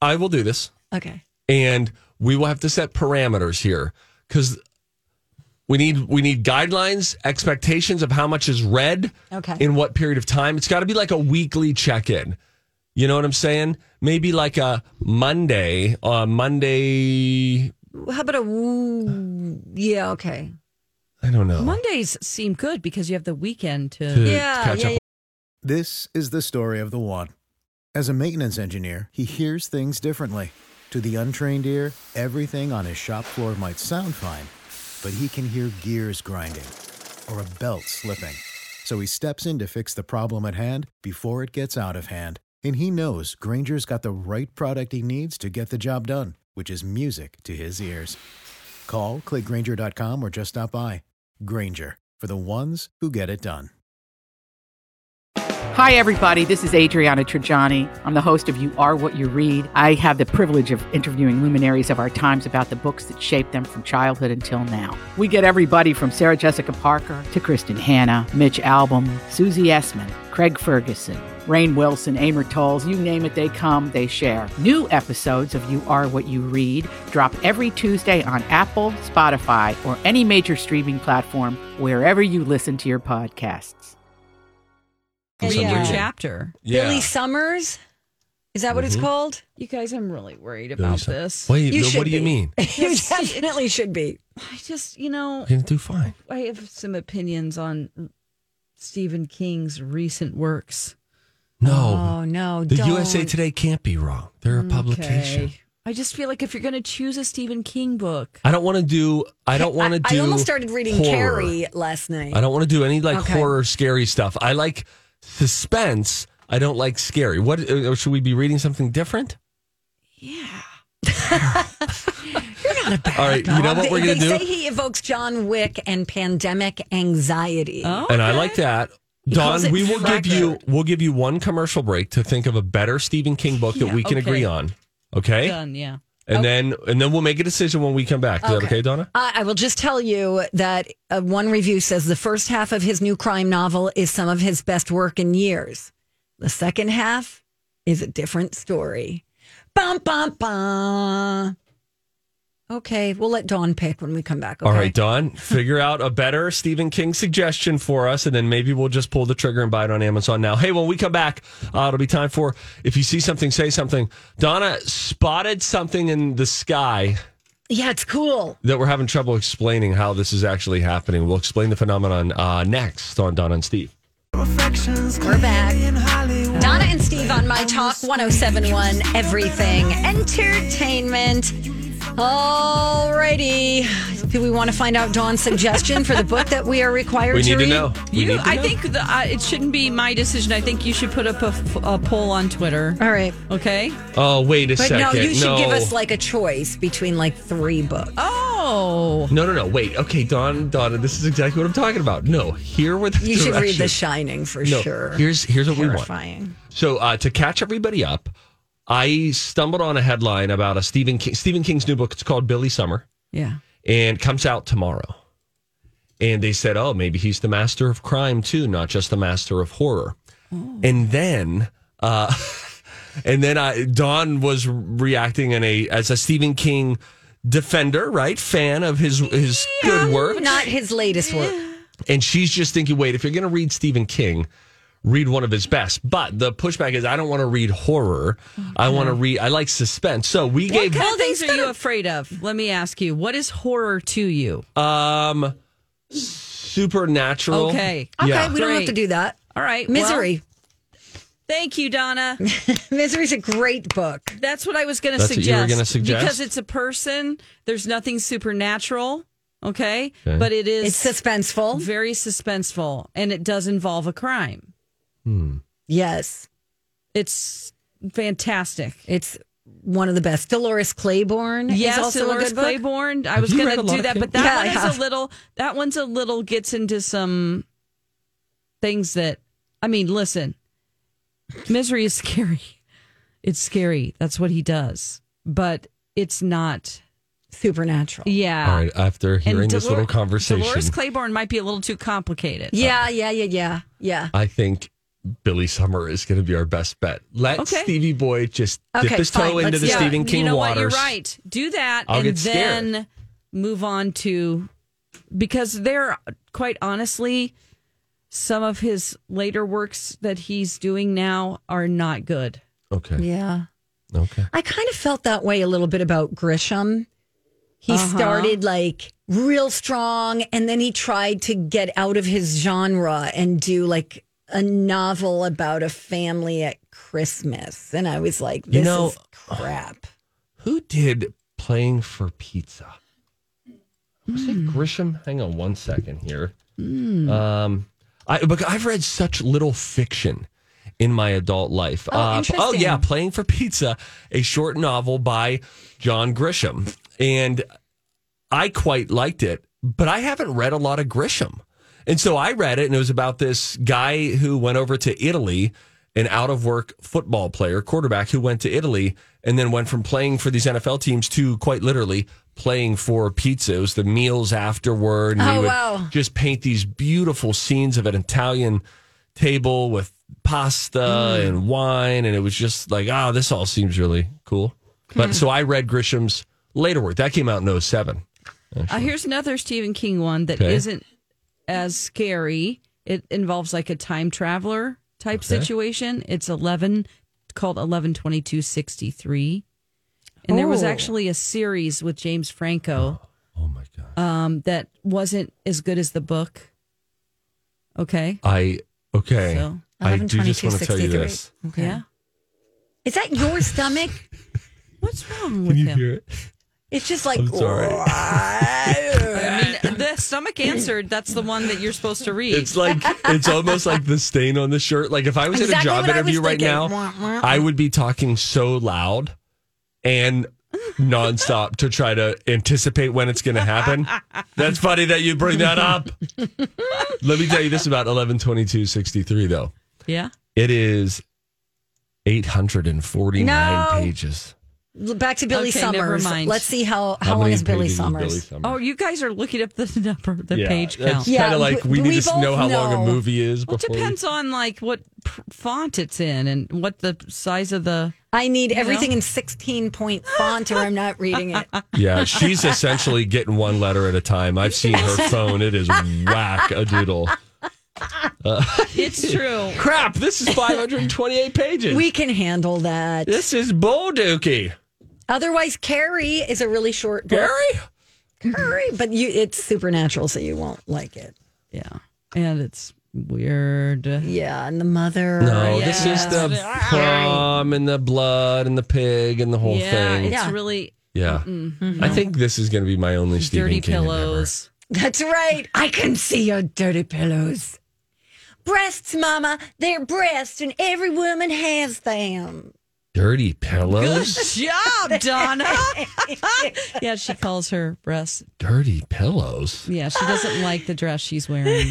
Speaker 3: I will do this.
Speaker 1: Okay.
Speaker 3: and we will have to set parameters here because we need we need guidelines, expectations of how much is read,
Speaker 1: Okay.
Speaker 3: in what period of time. It's got to be like a weekly check in. You know what I'm saying? Maybe like a Monday, uh, Monday.
Speaker 1: How about a woo? Yeah. Okay.
Speaker 3: I don't know.
Speaker 2: Mondays seem good because you have the weekend to.
Speaker 3: to
Speaker 1: Yeah,
Speaker 3: catch
Speaker 1: yeah,
Speaker 3: up
Speaker 5: This is the story of the one. As a maintenance engineer, he hears things differently. To the untrained ear, everything on his shop floor might sound fine, but he can hear gears grinding or a belt slipping. So he steps in to fix the problem at hand before it gets out of hand. And he knows Granger's got the right product he needs to get the job done, which is music to his ears. Call, click Granger.com, or just stop by. Granger, for the ones who get it done.
Speaker 6: Hi, everybody. This is Adriana Trajani. I'm the host of You Are What You Read. I have the privilege of interviewing luminaries of our times about the books that shaped them from childhood until now. We get everybody from Sarah Jessica Parker to Kristen Hanna, Mitch Albom, Susie Essman, Craig Ferguson, Rain Wilson, Amor Tolls, you name it, they come, they share. New episodes of You Are What You Read drop every Tuesday on Apple, Spotify, or any major streaming platform wherever you listen to your podcasts.
Speaker 2: Read
Speaker 3: Some
Speaker 2: your
Speaker 3: reading.
Speaker 2: chapter.
Speaker 3: Yeah.
Speaker 1: Billy Summers. Is that what it's called?
Speaker 2: You guys, I'm really worried
Speaker 3: Billy
Speaker 2: about
Speaker 3: Sum-
Speaker 2: this.
Speaker 3: Wait,
Speaker 1: You
Speaker 3: no,
Speaker 1: should
Speaker 3: what do you
Speaker 1: be.
Speaker 3: mean?
Speaker 1: you definitely should be.
Speaker 2: I just, you know,
Speaker 3: You're gonna do fine.
Speaker 2: I have some opinions on Stephen King's recent works.
Speaker 3: No,
Speaker 1: Oh no!
Speaker 3: the
Speaker 1: don't.
Speaker 3: USA Today can't be wrong. They're a publication.
Speaker 2: Okay. I just feel like if you're going to choose a Stephen King book,
Speaker 3: I don't want to do. I don't want to
Speaker 1: I,
Speaker 3: do.
Speaker 1: I almost started reading
Speaker 3: horror.
Speaker 1: Carrie last night.
Speaker 3: I don't want to do any like
Speaker 1: Okay.
Speaker 3: horror, scary stuff. I like suspense. I don't like scary. What or should we be reading something different? Yeah. All right, you know what
Speaker 1: they,
Speaker 3: we're gonna
Speaker 1: they
Speaker 3: do,
Speaker 1: say he evokes John Wick and pandemic anxiety.
Speaker 2: oh,
Speaker 3: and I like that.
Speaker 1: calls
Speaker 3: Don,
Speaker 1: it
Speaker 3: we will give
Speaker 1: fractured.
Speaker 3: you we'll give you one commercial break to think of a better Stephen King book that
Speaker 2: Yeah,
Speaker 3: we can
Speaker 2: okay.
Speaker 3: agree on. Okay,
Speaker 2: done. Yeah.
Speaker 3: and then and then we'll make a decision when we come back. Is that okay, Donna?
Speaker 1: Uh, I will just tell you that uh, one review says the first half of his new crime novel is some of his best work in years. The second half is a different story. Bum, bum, bum. Okay, we'll let Dawn pick when we come back. Okay?
Speaker 3: All right, Don, figure out a better Stephen King suggestion for us, and then maybe we'll just pull the trigger and buy it on Amazon now. Hey, when we come back, uh, it'll be time for if you see something, say something. Donna spotted something in the sky
Speaker 1: Yeah, it's cool.
Speaker 3: that we're having trouble explaining how this is actually happening. We'll explain the phenomenon uh, next on Donna and Steve.
Speaker 1: We're back. Donna and Steve on My Talk 1071 Everything Entertainment. Alrighty. Do we want to find out Dawn's suggestion for the book that we are required
Speaker 3: We need to
Speaker 1: read?
Speaker 3: know. We
Speaker 2: You,
Speaker 3: need to
Speaker 2: I
Speaker 3: know.
Speaker 2: think the, uh, it shouldn't be my decision. I think you should put up a, f- a poll on Twitter.
Speaker 1: All right.
Speaker 2: Okay.
Speaker 3: Oh, wait a
Speaker 1: But
Speaker 3: second.
Speaker 1: no, you should give
Speaker 3: Oh.
Speaker 1: us like a choice between like three books.
Speaker 2: Oh.
Speaker 3: No, no, no. Wait. Okay, Don, Donna, this is exactly what I'm talking about. No, here were the
Speaker 1: You should read The
Speaker 3: directions.
Speaker 1: Shining for
Speaker 3: No,
Speaker 1: sure.
Speaker 3: Here's here's what we want.
Speaker 1: Terrifying.
Speaker 3: So uh, to catch everybody up, I stumbled on a headline about a Stephen King, Stephen King's new book. It's called Billy Summer,
Speaker 2: Yeah.
Speaker 3: and it comes out tomorrow. And they said, oh, maybe he's the master of crime too, not just the master of horror. And then, uh, and then I, Don was reacting in a as a Stephen King defender, right? Fan of his his good work.
Speaker 1: Not his latest work.
Speaker 3: And she's just thinking, wait, if you're going to read Stephen King, read one of his best. But the pushback is, I don't want to read horror. I want to read, I like suspense. So we
Speaker 2: What
Speaker 3: gave
Speaker 2: kind of things are you afraid of? Let me ask you. What is horror to you?
Speaker 3: um supernatural.
Speaker 2: Okay.
Speaker 1: Okay,
Speaker 3: Yeah.
Speaker 1: we don't have
Speaker 2: Great.
Speaker 1: to do that.
Speaker 2: All right. well,
Speaker 1: Misery.
Speaker 2: thank you, Donna.
Speaker 1: Misery's a great book.
Speaker 2: That's what I was going to
Speaker 3: That's what
Speaker 2: suggest.
Speaker 3: you were gonna suggest?
Speaker 2: Because it's a person. There's nothing supernatural. Okay.
Speaker 3: Okay.
Speaker 2: But it is
Speaker 1: It's suspenseful.
Speaker 2: very suspenseful and it does involve a crime.
Speaker 1: Yes.
Speaker 2: It's fantastic.
Speaker 1: It's one of the best. Dolores Claiborne
Speaker 2: Yes,
Speaker 1: is also
Speaker 2: Dolores
Speaker 1: a good book.
Speaker 2: Claiborne. I was
Speaker 3: you
Speaker 2: going
Speaker 3: read
Speaker 2: to
Speaker 3: a lot
Speaker 2: do
Speaker 3: of
Speaker 2: that,
Speaker 3: Kim?
Speaker 2: but that
Speaker 1: Yeah,
Speaker 2: one is
Speaker 1: I have.
Speaker 2: a little. That one's a little gets into some things that. I mean, listen, misery is scary. It's scary. That's what he does, but it's not.
Speaker 1: Supernatural.
Speaker 2: Yeah.
Speaker 3: All right. After
Speaker 2: And
Speaker 3: hearing this
Speaker 2: Dolor-
Speaker 3: little conversation,
Speaker 2: Dolores Claiborne might be a little too complicated.
Speaker 1: Yeah, yeah, yeah, yeah, yeah.
Speaker 3: I think Billy Summer is going to be our best bet. Let
Speaker 2: Okay.
Speaker 3: Stevie Boy just
Speaker 1: Okay,
Speaker 3: dip his
Speaker 1: fine,
Speaker 3: toe into
Speaker 1: let's
Speaker 3: the
Speaker 1: do it.
Speaker 3: Stephen King
Speaker 2: you know
Speaker 3: waters.
Speaker 2: what? You're right. Do that,
Speaker 3: I'll
Speaker 2: and
Speaker 3: get scared.
Speaker 2: then move on to because there, quite honestly, some of his later works that he's doing now are not good.
Speaker 3: Okay.
Speaker 1: Yeah.
Speaker 3: Okay.
Speaker 1: I kind of felt that way a little bit about Grisham. He
Speaker 2: Uh-huh.
Speaker 1: started like real strong and then he tried to get out of his genre and do like a novel about a family at Christmas. And I was like, this
Speaker 3: You know-
Speaker 1: is crap.
Speaker 3: Who did playing for pizza? Was it Grisham? Hang on one second here. Um, I but I've read such little fiction in my adult life. Oh, oh
Speaker 1: interesting.
Speaker 3: yeah, playing for pizza, a short novel by John Grisham, and I quite liked it. But I haven't read a lot of Grisham, and so I read it, and it was about this guy who went over to Italy. An out of work football player, quarterback, who went to Italy and then went from playing for these NFL teams to quite literally playing for pizza. It was the meals afterward. and he
Speaker 1: Oh,
Speaker 3: would
Speaker 1: wow.
Speaker 3: Just paint these beautiful scenes of an Italian table with pasta
Speaker 1: Mm.
Speaker 3: and wine, and it was just like, ah, this all seems really cool. But
Speaker 1: Hmm.
Speaker 3: so I read Grisham's later work that came out in 07.
Speaker 2: Uh, here's another Stephen King one that
Speaker 3: Okay.
Speaker 2: not as scary. It involves like a time traveler type situation. It's eleven called eleven twenty two sixty three, and there was
Speaker 1: Oh.
Speaker 2: actually a series with James Franco.
Speaker 3: Oh my god!
Speaker 2: um, that wasn't as good as the book. Okay.
Speaker 3: I okay.
Speaker 2: So,
Speaker 3: I do just want to tell you
Speaker 1: 11-22-63.
Speaker 3: this.
Speaker 2: Yeah.
Speaker 1: Is that your stomach?
Speaker 2: What's wrong with him?
Speaker 3: it?
Speaker 1: It's just like,
Speaker 3: I'm sorry.
Speaker 2: I mean, the stomach answered. That's the one that you're supposed to read.
Speaker 3: It's like it's almost like the stain on the shirt. Like if I was
Speaker 1: Exactly
Speaker 3: at a job
Speaker 1: what I was
Speaker 3: interview right
Speaker 1: thinking.
Speaker 3: now, I would be talking so loud and nonstop to try to anticipate when it's going to happen. That's funny that you bring that up. Let me tell you this about eleven twenty two sixty three though.
Speaker 2: yeah.
Speaker 3: It is eight hundred and forty nine
Speaker 1: No.
Speaker 3: pages.
Speaker 1: back to Billy
Speaker 2: Okay,
Speaker 1: Summers.
Speaker 2: never mind.
Speaker 1: Let's see how, how, long
Speaker 3: many
Speaker 1: is Billy
Speaker 3: pages is
Speaker 1: Summers.
Speaker 2: Oh, you guys are looking up the number, the page count.
Speaker 3: That's
Speaker 1: Yeah,
Speaker 3: kind of like
Speaker 1: but-
Speaker 3: we
Speaker 1: but we
Speaker 3: need to know
Speaker 1: both
Speaker 3: how long
Speaker 1: know.
Speaker 3: a movie is.
Speaker 2: Well, it
Speaker 3: Before we-
Speaker 2: depends on like what pr- font it's in and what the size of the.
Speaker 1: I need everything in 16 point font or I'm not reading it.
Speaker 3: Yeah, she's essentially getting one letter at a time. I've seen her phone. It is whack a doodle.
Speaker 2: It's true.
Speaker 3: Crap, this is 528 pages.
Speaker 1: We can handle that.
Speaker 3: this is Bolduki.
Speaker 1: Otherwise, Carrie is a really short book.
Speaker 3: Gary?
Speaker 1: Carrie, but you, it's supernatural, so you won't like it.
Speaker 2: yeah. And it's weird.
Speaker 1: Yeah, and the mother.
Speaker 3: No,
Speaker 1: yeah.
Speaker 3: this is the prom and the blood and the pig and the whole
Speaker 2: yeah,
Speaker 3: thing.
Speaker 2: it's
Speaker 1: Yeah.
Speaker 2: really
Speaker 3: Yeah. I think this is going to be my only Stephen
Speaker 2: Dirty
Speaker 3: King. endeavor.
Speaker 2: pillows.
Speaker 1: That's right. I can see your dirty pillows. Breasts, Mama. They're breasts, and every woman has them.
Speaker 3: Dirty pillows?
Speaker 2: Job, Donna. yeah, she calls her breasts.
Speaker 3: Dirty pillows?
Speaker 2: Yeah, she doesn't like the dress she's wearing.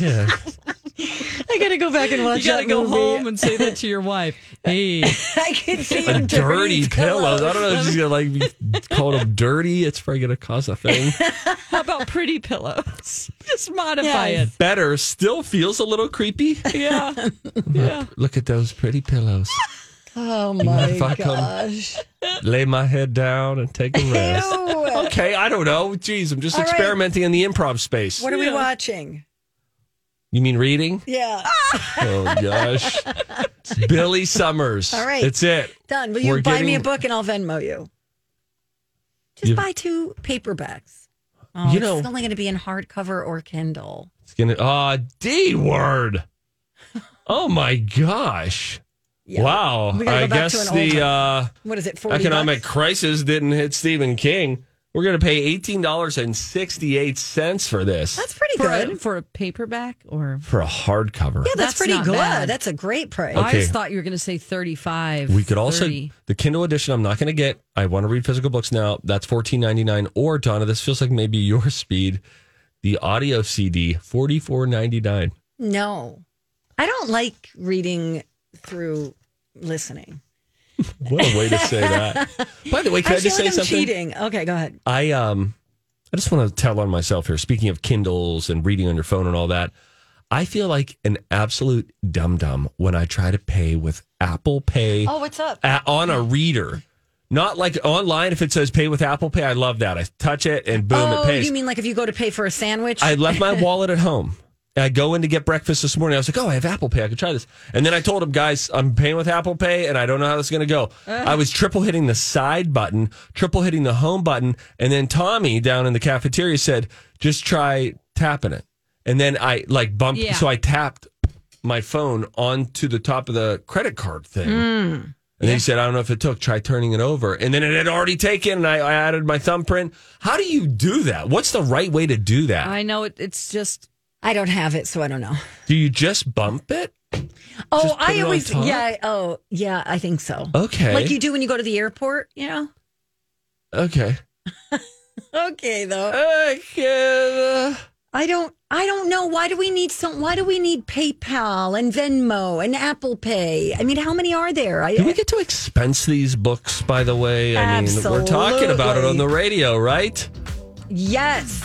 Speaker 3: yeah.
Speaker 2: I gotta go back and watch. You gotta
Speaker 1: that
Speaker 2: go
Speaker 1: movie.
Speaker 2: home and say that to your wife. Hey,
Speaker 1: I can see
Speaker 3: A
Speaker 1: your dirty,
Speaker 3: dirty pillows. I don't know if she's gonna like be calling them dirty. It's probably gonna cause a thing.
Speaker 2: how about pretty pillows? Just modify
Speaker 1: Yes.
Speaker 3: Better still feels a little creepy.
Speaker 2: it. Yeah, yeah.
Speaker 3: Look at those pretty pillows.
Speaker 1: Oh
Speaker 3: if I
Speaker 1: my
Speaker 3: come-
Speaker 1: gosh.
Speaker 3: Lay my head down and take a rest.
Speaker 1: Ew.
Speaker 3: Okay, I don't know. Jeez, I'm just
Speaker 1: All right.
Speaker 3: experimenting in the improv space.
Speaker 1: What are we watching?
Speaker 3: You mean reading?
Speaker 1: Yeah.
Speaker 3: Oh gosh. Billy Summers.
Speaker 1: All right.
Speaker 3: It's it.
Speaker 1: Done. Will you
Speaker 3: We're
Speaker 1: buy me a
Speaker 3: getting-
Speaker 1: book and I'll Venmo you? Just
Speaker 3: You-
Speaker 1: buy two paperbacks. Oh,
Speaker 3: you know,
Speaker 1: It's only going to be in hardcover or Kindle.
Speaker 3: it's gonna ah D word. Oh my gosh.
Speaker 1: Yeah.
Speaker 3: Wow.
Speaker 1: We gotta
Speaker 3: I
Speaker 1: go back to
Speaker 3: guess
Speaker 1: an old
Speaker 3: the
Speaker 1: one.
Speaker 3: uh,
Speaker 1: What is it? Forty.
Speaker 3: economic
Speaker 1: bucks?
Speaker 3: crisis didn't hit Stephen King. We're going to pay $18.68 for this.
Speaker 1: That's pretty
Speaker 2: For
Speaker 1: good.
Speaker 2: a, for a paperback or
Speaker 3: for a hardcover.
Speaker 1: Yeah, that's,
Speaker 2: That's
Speaker 1: pretty
Speaker 2: not
Speaker 1: good.
Speaker 2: bad.
Speaker 1: That's a great price.
Speaker 2: I
Speaker 3: Okay.
Speaker 2: just thought you were going to say 35.
Speaker 3: We could also
Speaker 2: 30.
Speaker 3: the Kindle edition. I'm not going to get. I want to read physical books now. That's 14.99. Or Donna, this feels like maybe your speed. The audio CD 44.99.
Speaker 1: No, I don't like reading through listening.
Speaker 3: What a way to say that. By the way, can I,
Speaker 1: I feel
Speaker 3: just say
Speaker 1: like I'm
Speaker 3: something?
Speaker 1: cheating. Okay, go ahead.
Speaker 3: I um I just want to tell on myself here. Speaking of Kindles and reading on your phone and all that, I feel like an absolute dum dum when I try to pay with Apple Pay
Speaker 1: Oh, what's up?
Speaker 3: a- on a reader. Not like online if it says pay with Apple Pay, I love that. I touch it and boom
Speaker 1: oh,
Speaker 3: it pays.
Speaker 1: you mean like if you go to pay for a sandwich?
Speaker 3: I left my wallet at home. I go in to get breakfast this morning. I was like, oh, I have Apple Pay. I could try this. And then I told him, guys, I'm paying with Apple Pay and I don't know how this is going to go.
Speaker 2: Uh.
Speaker 3: I was triple hitting the side button, triple hitting the home button. And then Tommy down in the cafeteria said, just try tapping it. And then I like bumped.
Speaker 2: Yeah.
Speaker 3: So I tapped my phone onto the top of the credit card thing.
Speaker 2: Hmm.
Speaker 3: And he said, I don't know if it took, try turning it over. And then it had already taken, and I, I added my thumbprint. How do you do that? What's the right way to do that?
Speaker 2: I know it, it's just
Speaker 1: I don't have it, so I don't know.
Speaker 3: Do you just bump it?
Speaker 1: Oh,
Speaker 3: Just put it
Speaker 1: I
Speaker 3: on
Speaker 1: always
Speaker 3: top? Oh,
Speaker 1: yeah. Oh, yeah. I think so.
Speaker 3: Okay.
Speaker 1: Like you do when you go to the airport. You know.
Speaker 3: Okay.
Speaker 1: Okay, though.
Speaker 3: Okay.
Speaker 1: I don't. I don't know. Why do we need some? Why do we need PayPal and Venmo and Apple Pay? I mean, how many are there? I,
Speaker 3: Do we get to expense these books, by the way? I mean, we're talking about it on the radio, right?
Speaker 1: yes.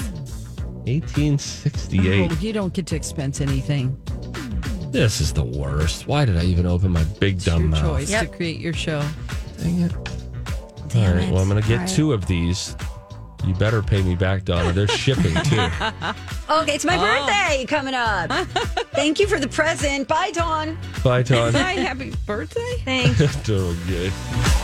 Speaker 3: 1868.
Speaker 2: oh, you don't get to expense anything.
Speaker 3: This is the worst. Why did I even open my big
Speaker 2: It's
Speaker 3: dumb
Speaker 2: your
Speaker 3: mouth?
Speaker 2: choice
Speaker 1: Yep.
Speaker 2: to create your show.
Speaker 3: Dang it. All right. Well, I'm going to get two of these. You better pay me back, Donna. They're shipping too.
Speaker 1: Okay,
Speaker 3: Oh.
Speaker 1: it's my birthday coming up. Thank you for the present. Bye, Dawn.
Speaker 3: Bye, Todd.
Speaker 2: Hi, happy birthday.
Speaker 1: Thanks.
Speaker 3: okay.